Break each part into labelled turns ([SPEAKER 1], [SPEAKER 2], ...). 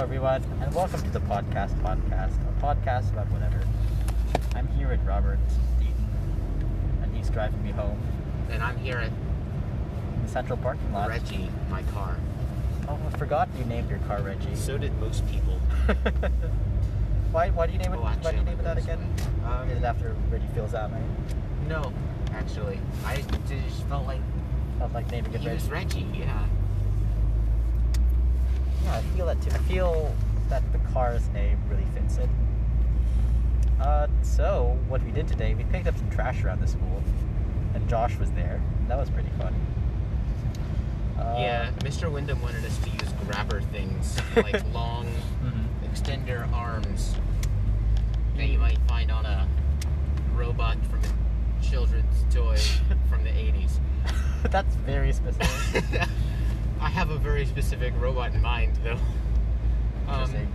[SPEAKER 1] everyone, and welcome to the podcast podcast, a podcast about whatever. I'm here with Robert Deaton, and he's driving me home
[SPEAKER 2] And I'm here at
[SPEAKER 1] in the central parking lot.
[SPEAKER 2] Reggie, my car.
[SPEAKER 1] Oh, I forgot you named your car Reggie.
[SPEAKER 2] So did most people.
[SPEAKER 1] why, why do you name it?
[SPEAKER 2] Oh,
[SPEAKER 1] why do
[SPEAKER 2] actually,
[SPEAKER 1] you name it that
[SPEAKER 2] I'm
[SPEAKER 1] again?
[SPEAKER 2] Um,
[SPEAKER 1] Is it after Reggie feels out, mate?
[SPEAKER 2] no, actually, I just felt like
[SPEAKER 1] Felt like naming it
[SPEAKER 2] he
[SPEAKER 1] Reggie.
[SPEAKER 2] was Reggie. Yeah.
[SPEAKER 1] Yeah, I feel that too. I feel that the car's name really fits it. Uh, so what we did today, we picked up some trash around the school, and Josh was there. That was pretty fun. Uh,
[SPEAKER 2] yeah. Mr. Wyndham wanted us to use grabber things like long
[SPEAKER 1] mhm.
[SPEAKER 2] extender arms that you might find on a robot from a children's toy from the 80s.
[SPEAKER 1] That's very specific.
[SPEAKER 2] I have a very specific robot in mind, though. Um,
[SPEAKER 1] Interesting.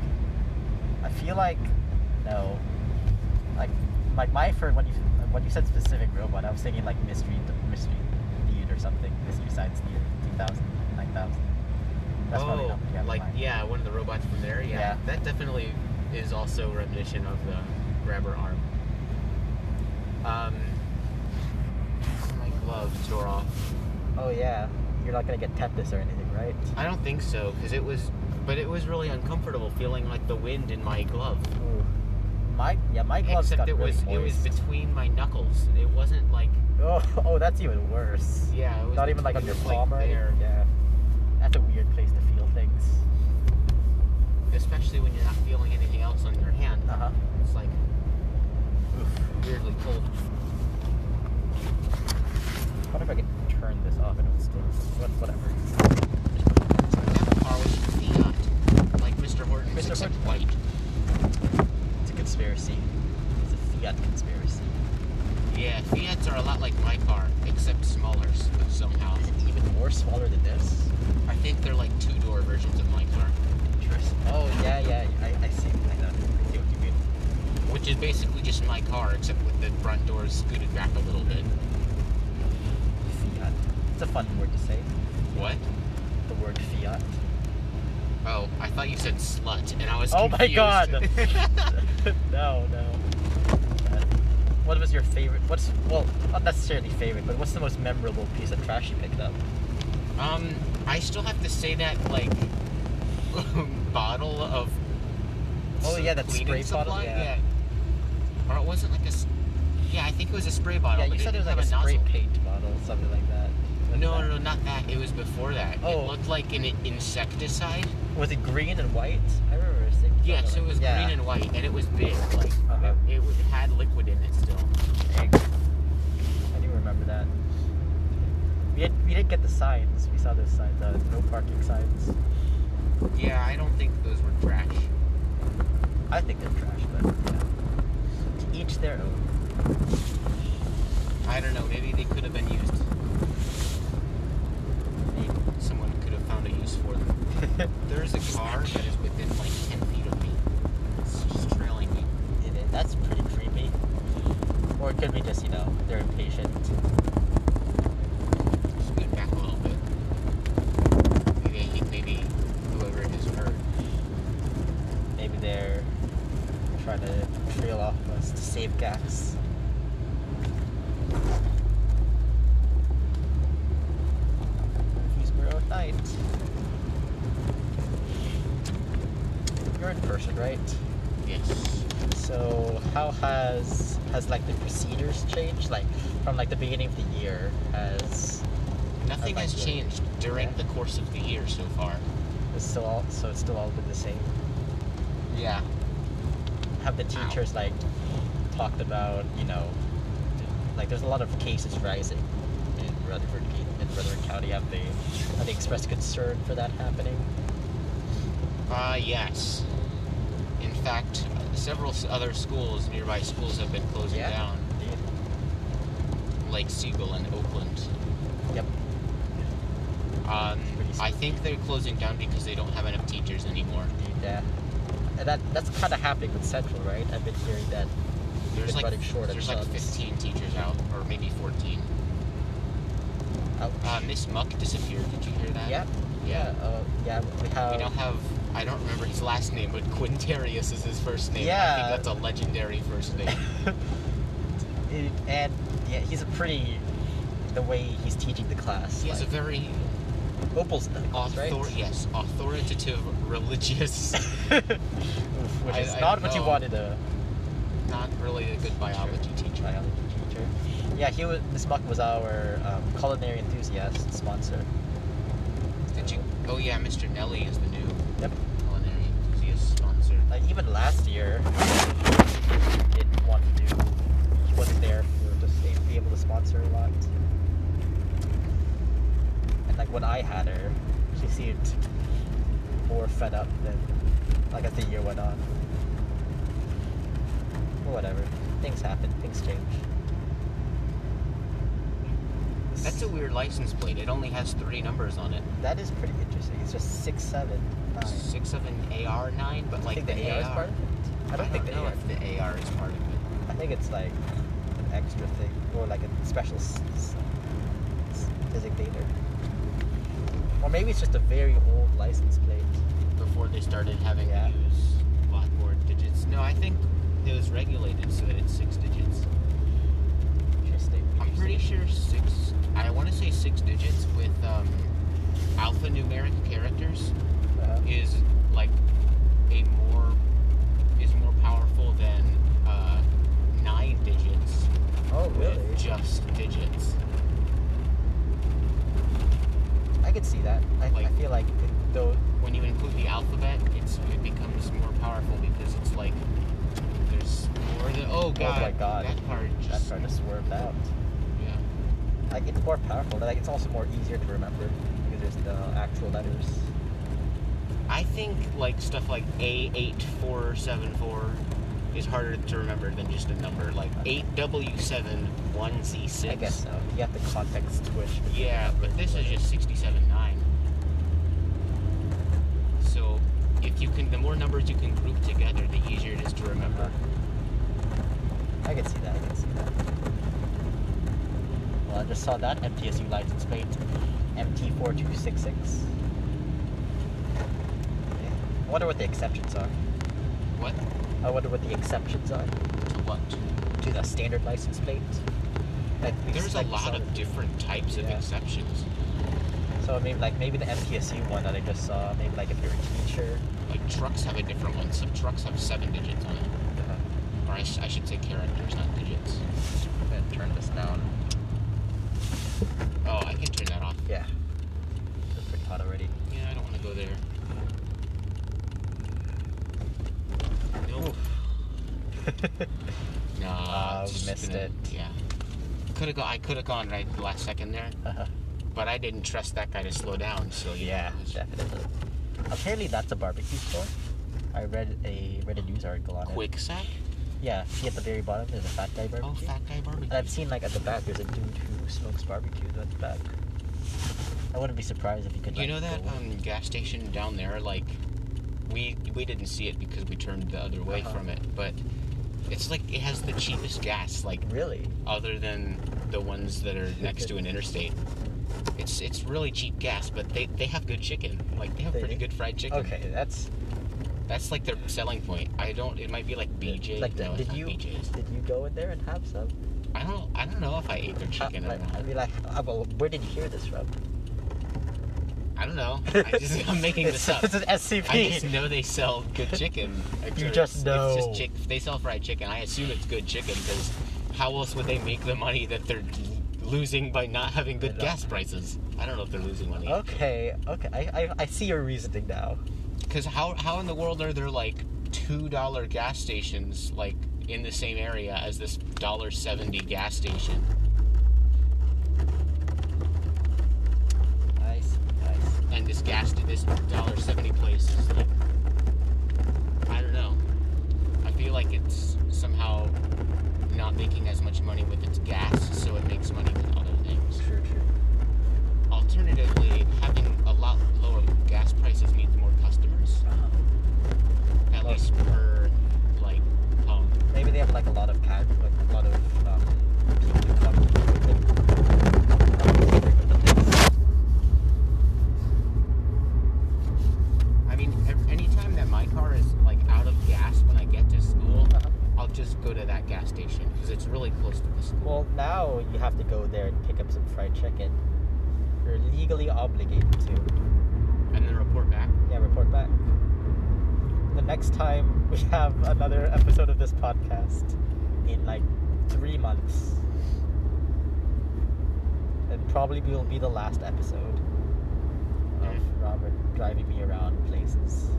[SPEAKER 1] I feel like no, like like my first when you when you said specific robot, I was thinking like mystery mystery theater or something, mystery science theater, 2000, 9000. That's probably
[SPEAKER 2] oh,
[SPEAKER 1] not what you have in
[SPEAKER 2] like
[SPEAKER 1] mind.
[SPEAKER 2] yeah, one of the robots from there. Yeah,
[SPEAKER 1] Yeah.
[SPEAKER 2] that definitely is also reminiscent of the grabber arm. Um, my glove tore off.
[SPEAKER 1] Oh yeah, you're not gonna get tetanus or anything, right?
[SPEAKER 2] I don't think so, because it was, but it was really uncomfortable feeling like the wind in my glove.
[SPEAKER 1] Ooh. My yeah, my gloves
[SPEAKER 2] Except
[SPEAKER 1] got
[SPEAKER 2] it
[SPEAKER 1] really
[SPEAKER 2] was it was
[SPEAKER 1] moist.
[SPEAKER 2] between my knuckles. It wasn't like
[SPEAKER 1] oh, oh, that's even worse.
[SPEAKER 2] yeah, it was
[SPEAKER 1] Not even like on
[SPEAKER 2] between-
[SPEAKER 1] your
[SPEAKER 2] it was,
[SPEAKER 1] palm or anything.
[SPEAKER 2] there,
[SPEAKER 1] Yeah, that's a weird place to feel things.
[SPEAKER 2] especially when you're not feeling anything else on your hand.
[SPEAKER 1] Uh huh.
[SPEAKER 2] It's like weirdly cold.
[SPEAKER 1] What if I could turn this off and it would still what, whatever.
[SPEAKER 2] That car was Fiat, like Mr. Horton's,
[SPEAKER 1] Mr.
[SPEAKER 2] except
[SPEAKER 1] Horton.
[SPEAKER 2] white.
[SPEAKER 1] It's a conspiracy. It's a fiat conspiracy.
[SPEAKER 2] Yeah, Fiats are a lot like my car, except smaller s- somehow.
[SPEAKER 1] Is it even more smaller than this?
[SPEAKER 2] I think they're like two-door versions of my car,
[SPEAKER 1] Interesting. Oh yeah, yeah. I, I see. I know. I see what you mean.
[SPEAKER 2] which is basically just my car, except with the front doors scooted back a little bit.
[SPEAKER 1] Fiat. It's a fun word to say.
[SPEAKER 2] What?
[SPEAKER 1] The word fiat.
[SPEAKER 2] Oh, I thought you said slut, and I was
[SPEAKER 1] Oh my
[SPEAKER 2] confused.
[SPEAKER 1] God. no, no. Uh, What was your favorite? What's well, not necessarily favorite, but what's the most memorable piece of trash you picked up?
[SPEAKER 2] um, I still have to say that like bottle of.
[SPEAKER 1] Oh, yeah, that
[SPEAKER 2] cleaning
[SPEAKER 1] spray bottle,
[SPEAKER 2] supply?
[SPEAKER 1] yeah.
[SPEAKER 2] Or it wasn't like a. s- Yeah, I think it was a spray bottle.
[SPEAKER 1] Yeah, you
[SPEAKER 2] but
[SPEAKER 1] said it was
[SPEAKER 2] didn't
[SPEAKER 1] like a
[SPEAKER 2] have
[SPEAKER 1] spray
[SPEAKER 2] nozzle.
[SPEAKER 1] paint bottle, something like that. What
[SPEAKER 2] No,
[SPEAKER 1] was
[SPEAKER 2] no,
[SPEAKER 1] that?
[SPEAKER 2] no, not that. It was before that.
[SPEAKER 1] Oh.
[SPEAKER 2] It looked like an insecticide.
[SPEAKER 1] Was it green and white? I remember seeing.
[SPEAKER 2] Yes, it
[SPEAKER 1] something
[SPEAKER 2] was
[SPEAKER 1] like- yeah.
[SPEAKER 2] green and white, and it was big. Like
[SPEAKER 1] Uh-huh.
[SPEAKER 2] it, it had liquid in it still.
[SPEAKER 1] Egg. I do remember that. We, had, we didn't get the signs. We saw those signs, uh, no parking signs.
[SPEAKER 2] Yeah, I don't think those were trash.
[SPEAKER 1] I think they're trash, but yeah. To each their own.
[SPEAKER 2] I don't know. Maybe they could have been used. Maybe someone could have found a use for them. There's a car that is within like ten feet of me. It's just trailing me.
[SPEAKER 1] It is. That's pretty creepy. Or it could be just, you know, they're impatient.
[SPEAKER 2] Scoot back a little bit. Maybe, maybe whoever it is heard.
[SPEAKER 1] Maybe they're trying to trail off of us to save gas. Refuse at night. You're in person, right?
[SPEAKER 2] Yes.
[SPEAKER 1] So how has has like the procedures changed? Like from like the beginning of the year has
[SPEAKER 2] Nothing
[SPEAKER 1] I'd like
[SPEAKER 2] has
[SPEAKER 1] to-
[SPEAKER 2] changed during
[SPEAKER 1] Yeah.
[SPEAKER 2] the course of the year so far.
[SPEAKER 1] it's still all so it's still all been the same.
[SPEAKER 2] Yeah.
[SPEAKER 1] Have the teachers like talked about, you know like there's a lot of cases rising in Rutherford in Rutherford County. Have they have they expressed concern for that happening?
[SPEAKER 2] Uh, yes. In fact, several s- other schools, nearby schools, have been closing
[SPEAKER 1] Yeah.
[SPEAKER 2] down, like Siegel and Oakland.
[SPEAKER 1] Yep.
[SPEAKER 2] Um,
[SPEAKER 1] Pretty
[SPEAKER 2] I think they're closing down because they don't have enough teachers anymore.
[SPEAKER 1] Yeah. And that that's kinda happening with Central, right? I've been hearing that
[SPEAKER 2] There's
[SPEAKER 1] been
[SPEAKER 2] like
[SPEAKER 1] running short of
[SPEAKER 2] there's like
[SPEAKER 1] subs.
[SPEAKER 2] 15 teachers out, or maybe 14.
[SPEAKER 1] out
[SPEAKER 2] Uh, Miss Muck disappeared. Did you hear that?
[SPEAKER 1] yeah.
[SPEAKER 2] Yeah.
[SPEAKER 1] Uh, yeah, we have
[SPEAKER 2] We now have I don't remember his last name, but Quintarius is his first name. I
[SPEAKER 1] Yeah.
[SPEAKER 2] think that's a legendary first name.
[SPEAKER 1] It- and yeah, he's a pretty. The way he's teaching the class,
[SPEAKER 2] He has a
[SPEAKER 1] like,
[SPEAKER 2] very
[SPEAKER 1] Opal's the boss,
[SPEAKER 2] author- yes, authoritative, religious,
[SPEAKER 1] right? Oof, Which
[SPEAKER 2] I-
[SPEAKER 1] is
[SPEAKER 2] I
[SPEAKER 1] not what you
[SPEAKER 2] know.
[SPEAKER 1] wanted uh, a
[SPEAKER 2] not really a good biology teacher.
[SPEAKER 1] biology teacher. Yeah, he was. Miss Muck was our um, culinary enthusiast sponsor.
[SPEAKER 2] Did you? Oh yeah, Mr. Nelly is the new
[SPEAKER 1] Yep.
[SPEAKER 2] culinary enthusiast sponsor.
[SPEAKER 1] Like even last year, he didn't want to do. He wasn't there for just to be able to sponsor a lot. And like when I had her, she seemed more fed up than like as the year went on. But whatever, things happen, things change.
[SPEAKER 2] That's a weird license plate. It only has three numbers on it.
[SPEAKER 1] That is pretty interesting. It's just six, seven, nine.
[SPEAKER 2] Six of an AR nine, but like
[SPEAKER 1] I think the, AR is part of it. I don't think the
[SPEAKER 2] know
[SPEAKER 1] AR.
[SPEAKER 2] if the AR is part of it.
[SPEAKER 1] I think it's like an extra thing or like a special s- s- s- designator. Or maybe it's just a very old license plate.
[SPEAKER 2] Before they started having
[SPEAKER 1] Yeah.
[SPEAKER 2] to use blackboard digits. No, I think it was regulated so that it's six digits.
[SPEAKER 1] Interesting.
[SPEAKER 2] I'm pretty sure six. I want to say six digits with um, alphanumeric characters
[SPEAKER 1] interesting. Uh-huh.
[SPEAKER 2] is like a more is more powerful than uh, nine digits
[SPEAKER 1] Oh, really?
[SPEAKER 2] with just digits.
[SPEAKER 1] I could see that. I, I
[SPEAKER 2] Like-
[SPEAKER 1] feel like it, though.
[SPEAKER 2] when you include the alphabet, it's it becomes more powerful because it's like there's more than oh god,
[SPEAKER 1] my God.
[SPEAKER 2] that part
[SPEAKER 1] That
[SPEAKER 2] just
[SPEAKER 1] part just swerved out.
[SPEAKER 2] yeah
[SPEAKER 1] Like it's more powerful. Like it's also more easier to remember because there's the actual letters.
[SPEAKER 2] I think like stuff like A eight four seven four is harder to remember than just a number like eight W seven one Z six.
[SPEAKER 1] I guess so. You have the context switch. between
[SPEAKER 2] Yeah,
[SPEAKER 1] numbers
[SPEAKER 2] but
[SPEAKER 1] and
[SPEAKER 2] this is
[SPEAKER 1] letters.
[SPEAKER 2] just sixty-seven nine. So if you can, the more numbers you can group together, the easier it is to remember.
[SPEAKER 1] I can see that. I can see that. Well, I just saw that MTSU license plate MT4266. Yeah. I wonder what the exceptions are.
[SPEAKER 2] What
[SPEAKER 1] I wonder what the exceptions are
[SPEAKER 2] to what?
[SPEAKER 1] to the standard license plate. Like we-
[SPEAKER 2] There's a
[SPEAKER 1] like we
[SPEAKER 2] lot
[SPEAKER 1] saw
[SPEAKER 2] of different types of
[SPEAKER 1] Yeah.
[SPEAKER 2] exceptions,
[SPEAKER 1] the- So I mean, like maybe the MTSU one that I just saw. Maybe like if you're a teacher.
[SPEAKER 2] like trucks have a different one. Some trucks have seven digits on it,
[SPEAKER 1] Uh,
[SPEAKER 2] or I, sh- I should say characters, not digits.
[SPEAKER 1] I'm gonna turn this down.
[SPEAKER 2] Oh, I can turn that off.
[SPEAKER 1] Yeah. That's pretty hot already.
[SPEAKER 2] Yeah, I don't want to go there. Nope. Nah,
[SPEAKER 1] Ah,
[SPEAKER 2] it's
[SPEAKER 1] we
[SPEAKER 2] just
[SPEAKER 1] missed
[SPEAKER 2] gonna-
[SPEAKER 1] it.
[SPEAKER 2] Yeah, could have gone. I could have gone right the last second there,
[SPEAKER 1] Uh-huh.
[SPEAKER 2] but I didn't trust that guy to slow down. So you know,
[SPEAKER 1] Yeah,
[SPEAKER 2] it was-
[SPEAKER 1] definitely. Apparently, that's a barbecue store. I read a read a news article on it.
[SPEAKER 2] quick sack.
[SPEAKER 1] Yeah, see at the very bottom there's a fat guy barbecue.
[SPEAKER 2] Oh, fat guy
[SPEAKER 1] And
[SPEAKER 2] barbecue.
[SPEAKER 1] I've seen like at the back there's a dude who smokes barbecue at the back. I wouldn't be surprised if you could.
[SPEAKER 2] You
[SPEAKER 1] like,
[SPEAKER 2] know that
[SPEAKER 1] go-
[SPEAKER 2] um, gas station down there? Like, we we didn't see it because we turned the other way
[SPEAKER 1] Uh-huh.
[SPEAKER 2] from it, but it's like it has the cheapest gas, like
[SPEAKER 1] really?
[SPEAKER 2] other than the ones that are next to an interstate. It's it's really cheap gas, but they, they have good chicken. Like they have
[SPEAKER 1] They
[SPEAKER 2] pretty
[SPEAKER 1] do?
[SPEAKER 2] good fried chicken.
[SPEAKER 1] Okay, that's
[SPEAKER 2] That's like their selling point. I don't. It might be like BJ.
[SPEAKER 1] Like,
[SPEAKER 2] no, it's
[SPEAKER 1] did
[SPEAKER 2] not
[SPEAKER 1] you
[SPEAKER 2] BJ's.
[SPEAKER 1] did you go in there and have some?
[SPEAKER 2] I don't. I don't know if I ate their
[SPEAKER 1] Uh,
[SPEAKER 2] chicken or
[SPEAKER 1] like,
[SPEAKER 2] not.
[SPEAKER 1] I mean, like, uh, well, where did you hear this from?
[SPEAKER 2] I don't know. I just, I'm making
[SPEAKER 1] It's-
[SPEAKER 2] this up.
[SPEAKER 1] It's an SCP.
[SPEAKER 2] I just know they sell good chicken. Like,
[SPEAKER 1] You
[SPEAKER 2] or
[SPEAKER 1] just
[SPEAKER 2] it's,
[SPEAKER 1] know.
[SPEAKER 2] It's just chick. They sell fried chicken. I assume it's good chicken because how else would they make the money that they're l- losing by not having
[SPEAKER 1] I
[SPEAKER 2] good
[SPEAKER 1] don't-
[SPEAKER 2] gas prices? I don't know if they're losing money.
[SPEAKER 1] Okay, okay, I, I I see your reasoning now.
[SPEAKER 2] Because how how in the world are there like two dollar gas stations like in the same area as this dollar seventy gas station?
[SPEAKER 1] I see. I see.
[SPEAKER 2] and this gas to this dollar seventy place is like I don't know. I feel like it's somehow not making as much money with its gas, so it makes money with other things.
[SPEAKER 1] True, true.
[SPEAKER 2] Alternatively, having a lot lower gas prices means more customers,
[SPEAKER 1] Uh-huh.
[SPEAKER 2] at
[SPEAKER 1] Well-
[SPEAKER 2] least per like pump.
[SPEAKER 1] Maybe they have like a lot of cat, like a lot of um, people who come with the things.
[SPEAKER 2] I mean, ev- any go to that gas station because it's really close to the school.
[SPEAKER 1] Well, now you have to go there and pick up some fried chicken. You're legally obligated to.
[SPEAKER 2] and then report back.
[SPEAKER 1] Yeah, report back. The next time we have another episode of this podcast in like three months, and probably will be the last episode of
[SPEAKER 2] Mhm.
[SPEAKER 1] Robert driving me around places.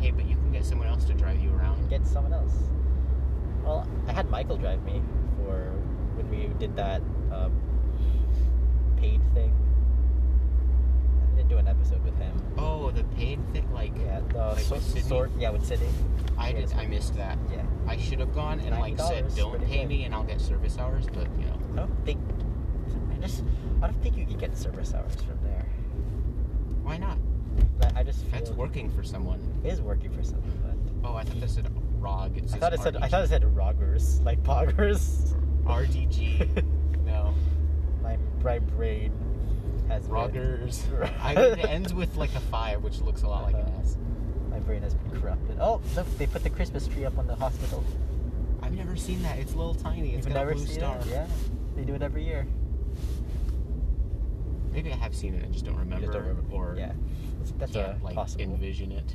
[SPEAKER 2] Hey, but you can get someone else to drive you
[SPEAKER 1] and
[SPEAKER 2] around.
[SPEAKER 1] get someone else. Well, I had Michael drive me for when we did that um, paid thing. I did do an episode with him.
[SPEAKER 2] Oh, the paid thing, like
[SPEAKER 1] Yeah, the
[SPEAKER 2] Like
[SPEAKER 1] sor-
[SPEAKER 2] with Sydney?
[SPEAKER 1] sort. Yeah, with Sydney.
[SPEAKER 2] I
[SPEAKER 1] yes.
[SPEAKER 2] did, I missed that.
[SPEAKER 1] Yeah,
[SPEAKER 2] I should have gone and like said,
[SPEAKER 1] $90
[SPEAKER 2] don't
[SPEAKER 1] for the
[SPEAKER 2] pay
[SPEAKER 1] day."
[SPEAKER 2] me and I'll get service hours, but you know,
[SPEAKER 1] I don't think. I just. I don't think you could get service hours from there.
[SPEAKER 2] why not?
[SPEAKER 1] But I just feel
[SPEAKER 2] That's working for someone.
[SPEAKER 1] It is working for someone, but
[SPEAKER 2] Oh, I thought that said ROG. It
[SPEAKER 1] I
[SPEAKER 2] says
[SPEAKER 1] thought it said. I
[SPEAKER 2] RDG.
[SPEAKER 1] thought it said roggers, like poggers.
[SPEAKER 2] RDG. no,
[SPEAKER 1] my my brain has been,
[SPEAKER 2] Rogers. I, it ends with like a five, which looks a lot like
[SPEAKER 1] Uh-huh.
[SPEAKER 2] an S.
[SPEAKER 1] uh, my brain has been corrupted. Oh, look, they put the Christmas tree up on the hospital.
[SPEAKER 2] I've never seen that. It's little tiny. It's
[SPEAKER 1] You've
[SPEAKER 2] got a
[SPEAKER 1] never
[SPEAKER 2] blue
[SPEAKER 1] seen
[SPEAKER 2] star.
[SPEAKER 1] it? Yeah, they do it every year.
[SPEAKER 2] Maybe I have seen it. I just don't remember.
[SPEAKER 1] You just don't remember.
[SPEAKER 2] Or
[SPEAKER 1] yeah, That's- that's
[SPEAKER 2] can't
[SPEAKER 1] a
[SPEAKER 2] like
[SPEAKER 1] possible
[SPEAKER 2] envision it.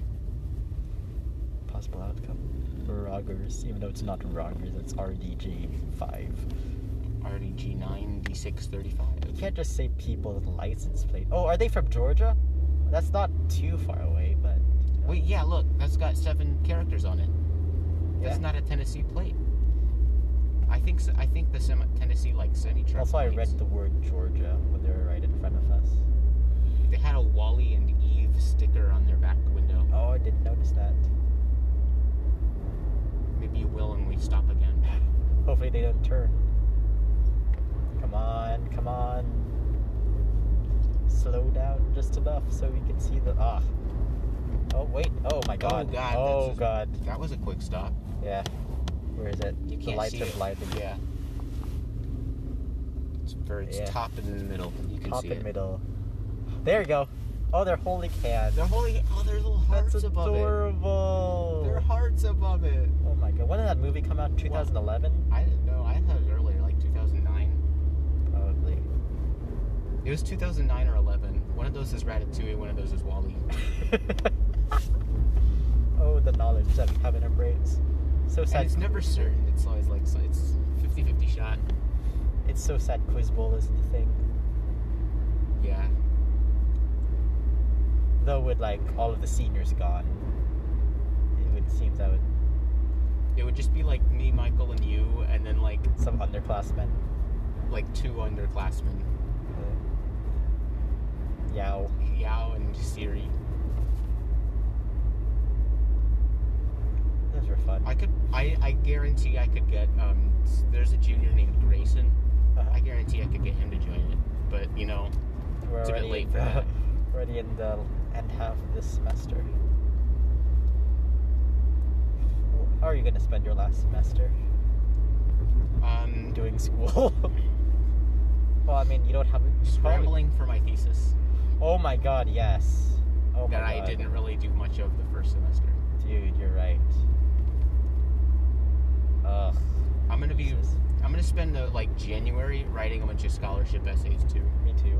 [SPEAKER 1] possible outcome. Rogers, even though it's not Rogers, it's RDG five.
[SPEAKER 2] RDG nine D six thirty
[SPEAKER 1] You
[SPEAKER 2] five.
[SPEAKER 1] can't just say people's license plate. Oh, are they from Georgia? That's not too far away, but
[SPEAKER 2] Wait, yeah, look, that's got seven characters on it. That's
[SPEAKER 1] Yeah.
[SPEAKER 2] not a Tennessee plate. I think s- I think the semi, Tennessee like semi truck.
[SPEAKER 1] that's why I read the word Georgia when they were right in front of us.
[SPEAKER 2] They had a Wally and Eve sticker on their back window.
[SPEAKER 1] Oh, I didn't notice that.
[SPEAKER 2] Maybe you will when we stop again.
[SPEAKER 1] Hopefully they don't turn. Come on, come on. Slow down just enough so we can see the ah. Oh wait! Oh my God!
[SPEAKER 2] Oh, God,
[SPEAKER 1] Oh,
[SPEAKER 2] that's a-
[SPEAKER 1] God.
[SPEAKER 2] That was a quick stop.
[SPEAKER 1] Yeah. Where is it?
[SPEAKER 2] You
[SPEAKER 1] the
[SPEAKER 2] can't
[SPEAKER 1] lights
[SPEAKER 2] see
[SPEAKER 1] are
[SPEAKER 2] it.
[SPEAKER 1] blinding.
[SPEAKER 2] Yeah. It's very it's
[SPEAKER 1] Yeah.
[SPEAKER 2] top and in the middle. You can
[SPEAKER 1] Top
[SPEAKER 2] see
[SPEAKER 1] and
[SPEAKER 2] it.
[SPEAKER 1] middle. There you go. Oh, they're holding hands.
[SPEAKER 2] They're holding. Oh, there's little hearts
[SPEAKER 1] That's
[SPEAKER 2] above it.
[SPEAKER 1] adorable.
[SPEAKER 2] Their hearts above it.
[SPEAKER 1] oh my God! When did that movie come out? 2011,
[SPEAKER 2] I didn't know. I thought it earlier, like 2009.
[SPEAKER 1] probably.
[SPEAKER 2] It was 2009 or 11. One of those is Ratatouille, one of those is Wally.
[SPEAKER 1] oh, the knowledge that we have in our brains. So
[SPEAKER 2] And
[SPEAKER 1] sad.
[SPEAKER 2] it's never certain. It's always like so it's 50-50 shot.
[SPEAKER 1] It's so sad Quiz Bowl is the thing.
[SPEAKER 2] Yeah.
[SPEAKER 1] Though with like all of the seniors gone, it would seem that would
[SPEAKER 2] It would just be like me, Michael, and you, and then like
[SPEAKER 1] some underclassmen.
[SPEAKER 2] like two underclassmen,
[SPEAKER 1] Yow.
[SPEAKER 2] Yao and Siri.
[SPEAKER 1] Those were fun.
[SPEAKER 2] I could, I, I guarantee I could get. Um, s- there's a junior named Grayson. I
[SPEAKER 1] Uh,
[SPEAKER 2] guarantee I could get him to join it. But you know,
[SPEAKER 1] we're
[SPEAKER 2] it's a bit
[SPEAKER 1] already-
[SPEAKER 2] late for that.
[SPEAKER 1] already in the end half of this semester. How are you going to spend your last semester
[SPEAKER 2] um,
[SPEAKER 1] doing school? well, I mean, you don't have.
[SPEAKER 2] scrambling for my thesis
[SPEAKER 1] Oh my god, yes. Oh my
[SPEAKER 2] that I
[SPEAKER 1] god.
[SPEAKER 2] didn't really do much of the first semester.
[SPEAKER 1] Dude, you're right. Ugh.
[SPEAKER 2] I'm gonna be
[SPEAKER 1] Jesus.
[SPEAKER 2] I'm gonna spend the like January writing a bunch of scholarship essays too.
[SPEAKER 1] Me too.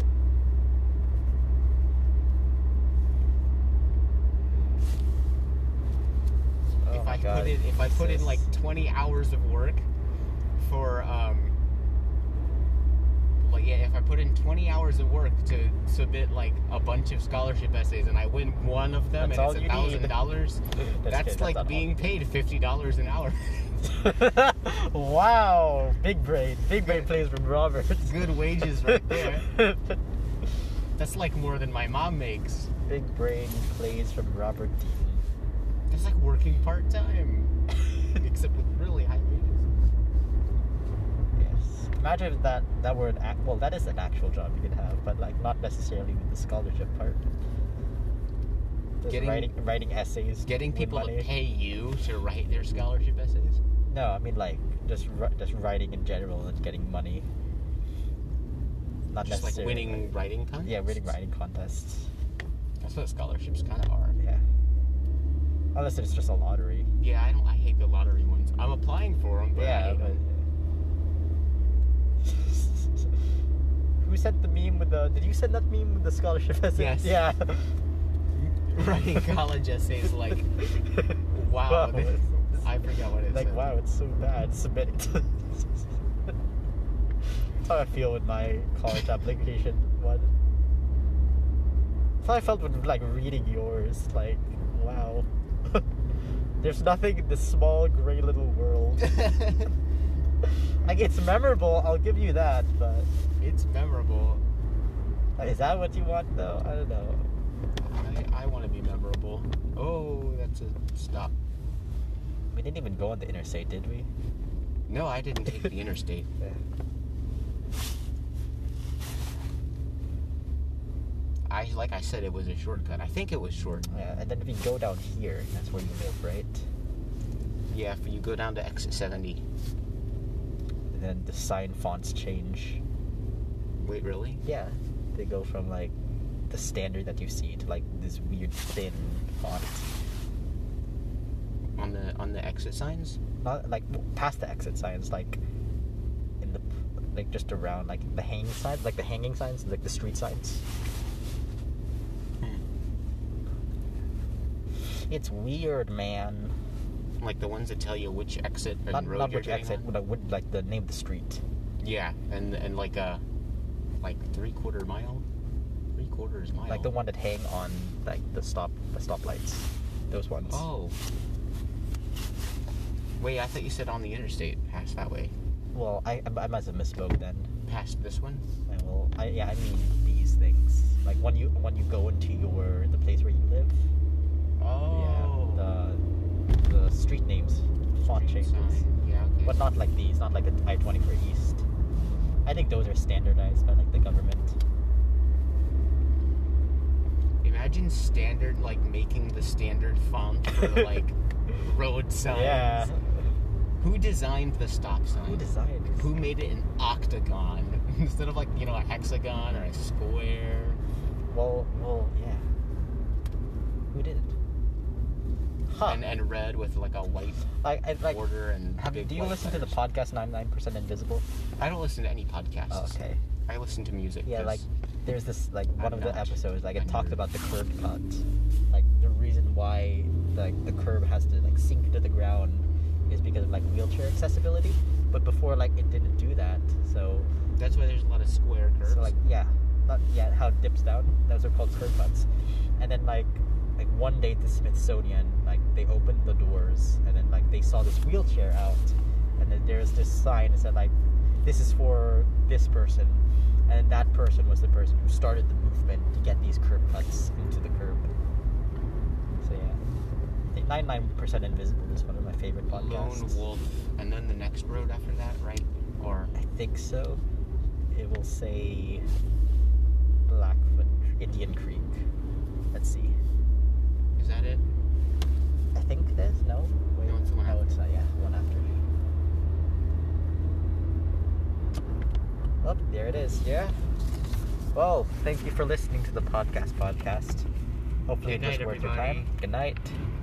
[SPEAKER 1] Oh
[SPEAKER 2] if
[SPEAKER 1] my
[SPEAKER 2] I
[SPEAKER 1] God,
[SPEAKER 2] put in if I put
[SPEAKER 1] Jesus.
[SPEAKER 2] in like 20 hours of work for um like yeah, if I put in 20 hours of work to submit like a bunch of scholarship essays and I win one of them
[SPEAKER 1] That's all
[SPEAKER 2] and
[SPEAKER 1] you
[SPEAKER 2] it's a
[SPEAKER 1] need.
[SPEAKER 2] thousand dollars,
[SPEAKER 1] Just
[SPEAKER 2] that's
[SPEAKER 1] kidding,
[SPEAKER 2] like
[SPEAKER 1] not
[SPEAKER 2] being paid fifty dollars an hour.
[SPEAKER 1] all. wow, big brain, big brain plays from Robert.
[SPEAKER 2] Good wages right there. That's like more than my mom makes.
[SPEAKER 1] big brain plays from Robert Dean.
[SPEAKER 2] That's like working part time, except with really high wages.
[SPEAKER 1] Yes. Imagine if that that were an act. Well, that is an actual job you could have, but like not necessarily with the scholarship part. Just
[SPEAKER 2] Getting-
[SPEAKER 1] writing writing essays.
[SPEAKER 2] Getting
[SPEAKER 1] with
[SPEAKER 2] people
[SPEAKER 1] money.
[SPEAKER 2] to pay you to write their scholarship essays.
[SPEAKER 1] No, I mean like just ri- just writing in general and getting money. Not
[SPEAKER 2] just like
[SPEAKER 1] necessarily,
[SPEAKER 2] winning writing
[SPEAKER 1] like-
[SPEAKER 2] contests.
[SPEAKER 1] yeah, winning writing contests.
[SPEAKER 2] That's what scholarships kind of are.
[SPEAKER 1] Yeah. Unless it's just a lottery.
[SPEAKER 2] Yeah, I don't. I hate the lottery ones. I'm applying for them, but I
[SPEAKER 1] yeah.
[SPEAKER 2] hate
[SPEAKER 1] But...
[SPEAKER 2] 'em.
[SPEAKER 1] Who sent the meme with the? Did you send that meme with the scholarship essay?
[SPEAKER 2] Yes.
[SPEAKER 1] Yeah.
[SPEAKER 2] Writing college essays like, wow.
[SPEAKER 1] Wow,
[SPEAKER 2] this-
[SPEAKER 1] it's-
[SPEAKER 2] I forgot what it
[SPEAKER 1] like
[SPEAKER 2] said.
[SPEAKER 1] wow, it's so bad. Submit it. That's how I feel with my college application one. That's how I felt with like reading yours. Like wow, there's nothing in this small gray little world. like it's memorable. I'll give you that, but.
[SPEAKER 2] it's memorable.
[SPEAKER 1] Is that what you want though? I don't know.
[SPEAKER 2] I, I want to be memorable. Oh, that's a stop.
[SPEAKER 1] We didn't even go on the interstate, did we?
[SPEAKER 2] No, I didn't take the interstate. I like I said, it was a shortcut. I think it was short.
[SPEAKER 1] Yeah, and then if you go down here, that's where you live, right?
[SPEAKER 2] Yeah, if you go down to exit 70.
[SPEAKER 1] And then the sign fonts change.
[SPEAKER 2] Wait, really?
[SPEAKER 1] Yeah, they go from like the standard that you see to like this weird thin font.
[SPEAKER 2] On the on the exit signs?
[SPEAKER 1] Not like w- past the exit signs, like in the like just around like the hanging signs, like the hanging signs, like the street signs.
[SPEAKER 2] Hmm.
[SPEAKER 1] It's weird, man.
[SPEAKER 2] Like the ones that tell you which exit and
[SPEAKER 1] Not,
[SPEAKER 2] road
[SPEAKER 1] not
[SPEAKER 2] you're
[SPEAKER 1] which
[SPEAKER 2] getting
[SPEAKER 1] exit,
[SPEAKER 2] on?
[SPEAKER 1] but like, what- like the name of the street.
[SPEAKER 2] Yeah, and and like a like three quarter mile, three quarters mile.
[SPEAKER 1] like the one that hang on like the stop the stoplights those ones
[SPEAKER 2] Oh. Wait, I thought you said on the interstate, past that way,
[SPEAKER 1] well I, I must have misspoke then
[SPEAKER 2] past this one.
[SPEAKER 1] I will I, yeah I mean these things like when you when you go into your the place where you live
[SPEAKER 2] Oh.
[SPEAKER 1] yeah the the street names font
[SPEAKER 2] Street
[SPEAKER 1] changes
[SPEAKER 2] sign. Yeah. Okay.
[SPEAKER 1] but not like these not like the I-24 East I think those are standardized by like the government
[SPEAKER 2] Imagine standard like making the standard font for like road signs.
[SPEAKER 1] yeah
[SPEAKER 2] Who designed the stop sign?
[SPEAKER 1] who designed this?
[SPEAKER 2] Who made it an octagon instead of like you know a hexagon or a square?
[SPEAKER 1] well well yeah who did it huh
[SPEAKER 2] And and red with like a white
[SPEAKER 1] like I, like
[SPEAKER 2] border and
[SPEAKER 1] Have you,
[SPEAKER 2] big
[SPEAKER 1] do you
[SPEAKER 2] white
[SPEAKER 1] listen to the
[SPEAKER 2] letters.
[SPEAKER 1] podcast 99% Invisible?
[SPEAKER 2] I don't listen to any podcasts.
[SPEAKER 1] Oh, okay.
[SPEAKER 2] I listen to music.
[SPEAKER 1] Yeah,
[SPEAKER 2] 'cause-
[SPEAKER 1] like there's this like one
[SPEAKER 2] I'm
[SPEAKER 1] of the
[SPEAKER 2] not
[SPEAKER 1] episodes like it
[SPEAKER 2] a
[SPEAKER 1] talked
[SPEAKER 2] nerd.
[SPEAKER 1] about the curb cut, like the reason why like the curb has to like sink to the ground is because of like wheelchair accessibility. But before like it didn't do that, so
[SPEAKER 2] that's why there's a lot of square curves.
[SPEAKER 1] so like yeah, not, yeah, how it dips down. Those are called curb cuts. And then like like one day at the Smithsonian, like they opened the doors and then like they saw this wheelchair out, and then there's this sign that said like this is for this person, and then that person was the person who started the movement to get these curb cuts into the curb. So yeah, ninety nine percent invisible is one of my favorite podcasts.
[SPEAKER 2] lone wolf, and then the next road after that, right? Or
[SPEAKER 1] I think so. It will say Blackfoot Indian Creek. Let's see.
[SPEAKER 2] is that it?
[SPEAKER 1] I think it is. No. Wait.
[SPEAKER 2] No, it's the one
[SPEAKER 1] no,
[SPEAKER 2] after.
[SPEAKER 1] it's not. Yeah, one after. Oh, there it is. Yeah. Well, thank you for listening to the podcast. Podcast. Hopefully,
[SPEAKER 2] Good
[SPEAKER 1] it was
[SPEAKER 2] night,
[SPEAKER 1] worth your
[SPEAKER 2] everybody.
[SPEAKER 1] time. Good night.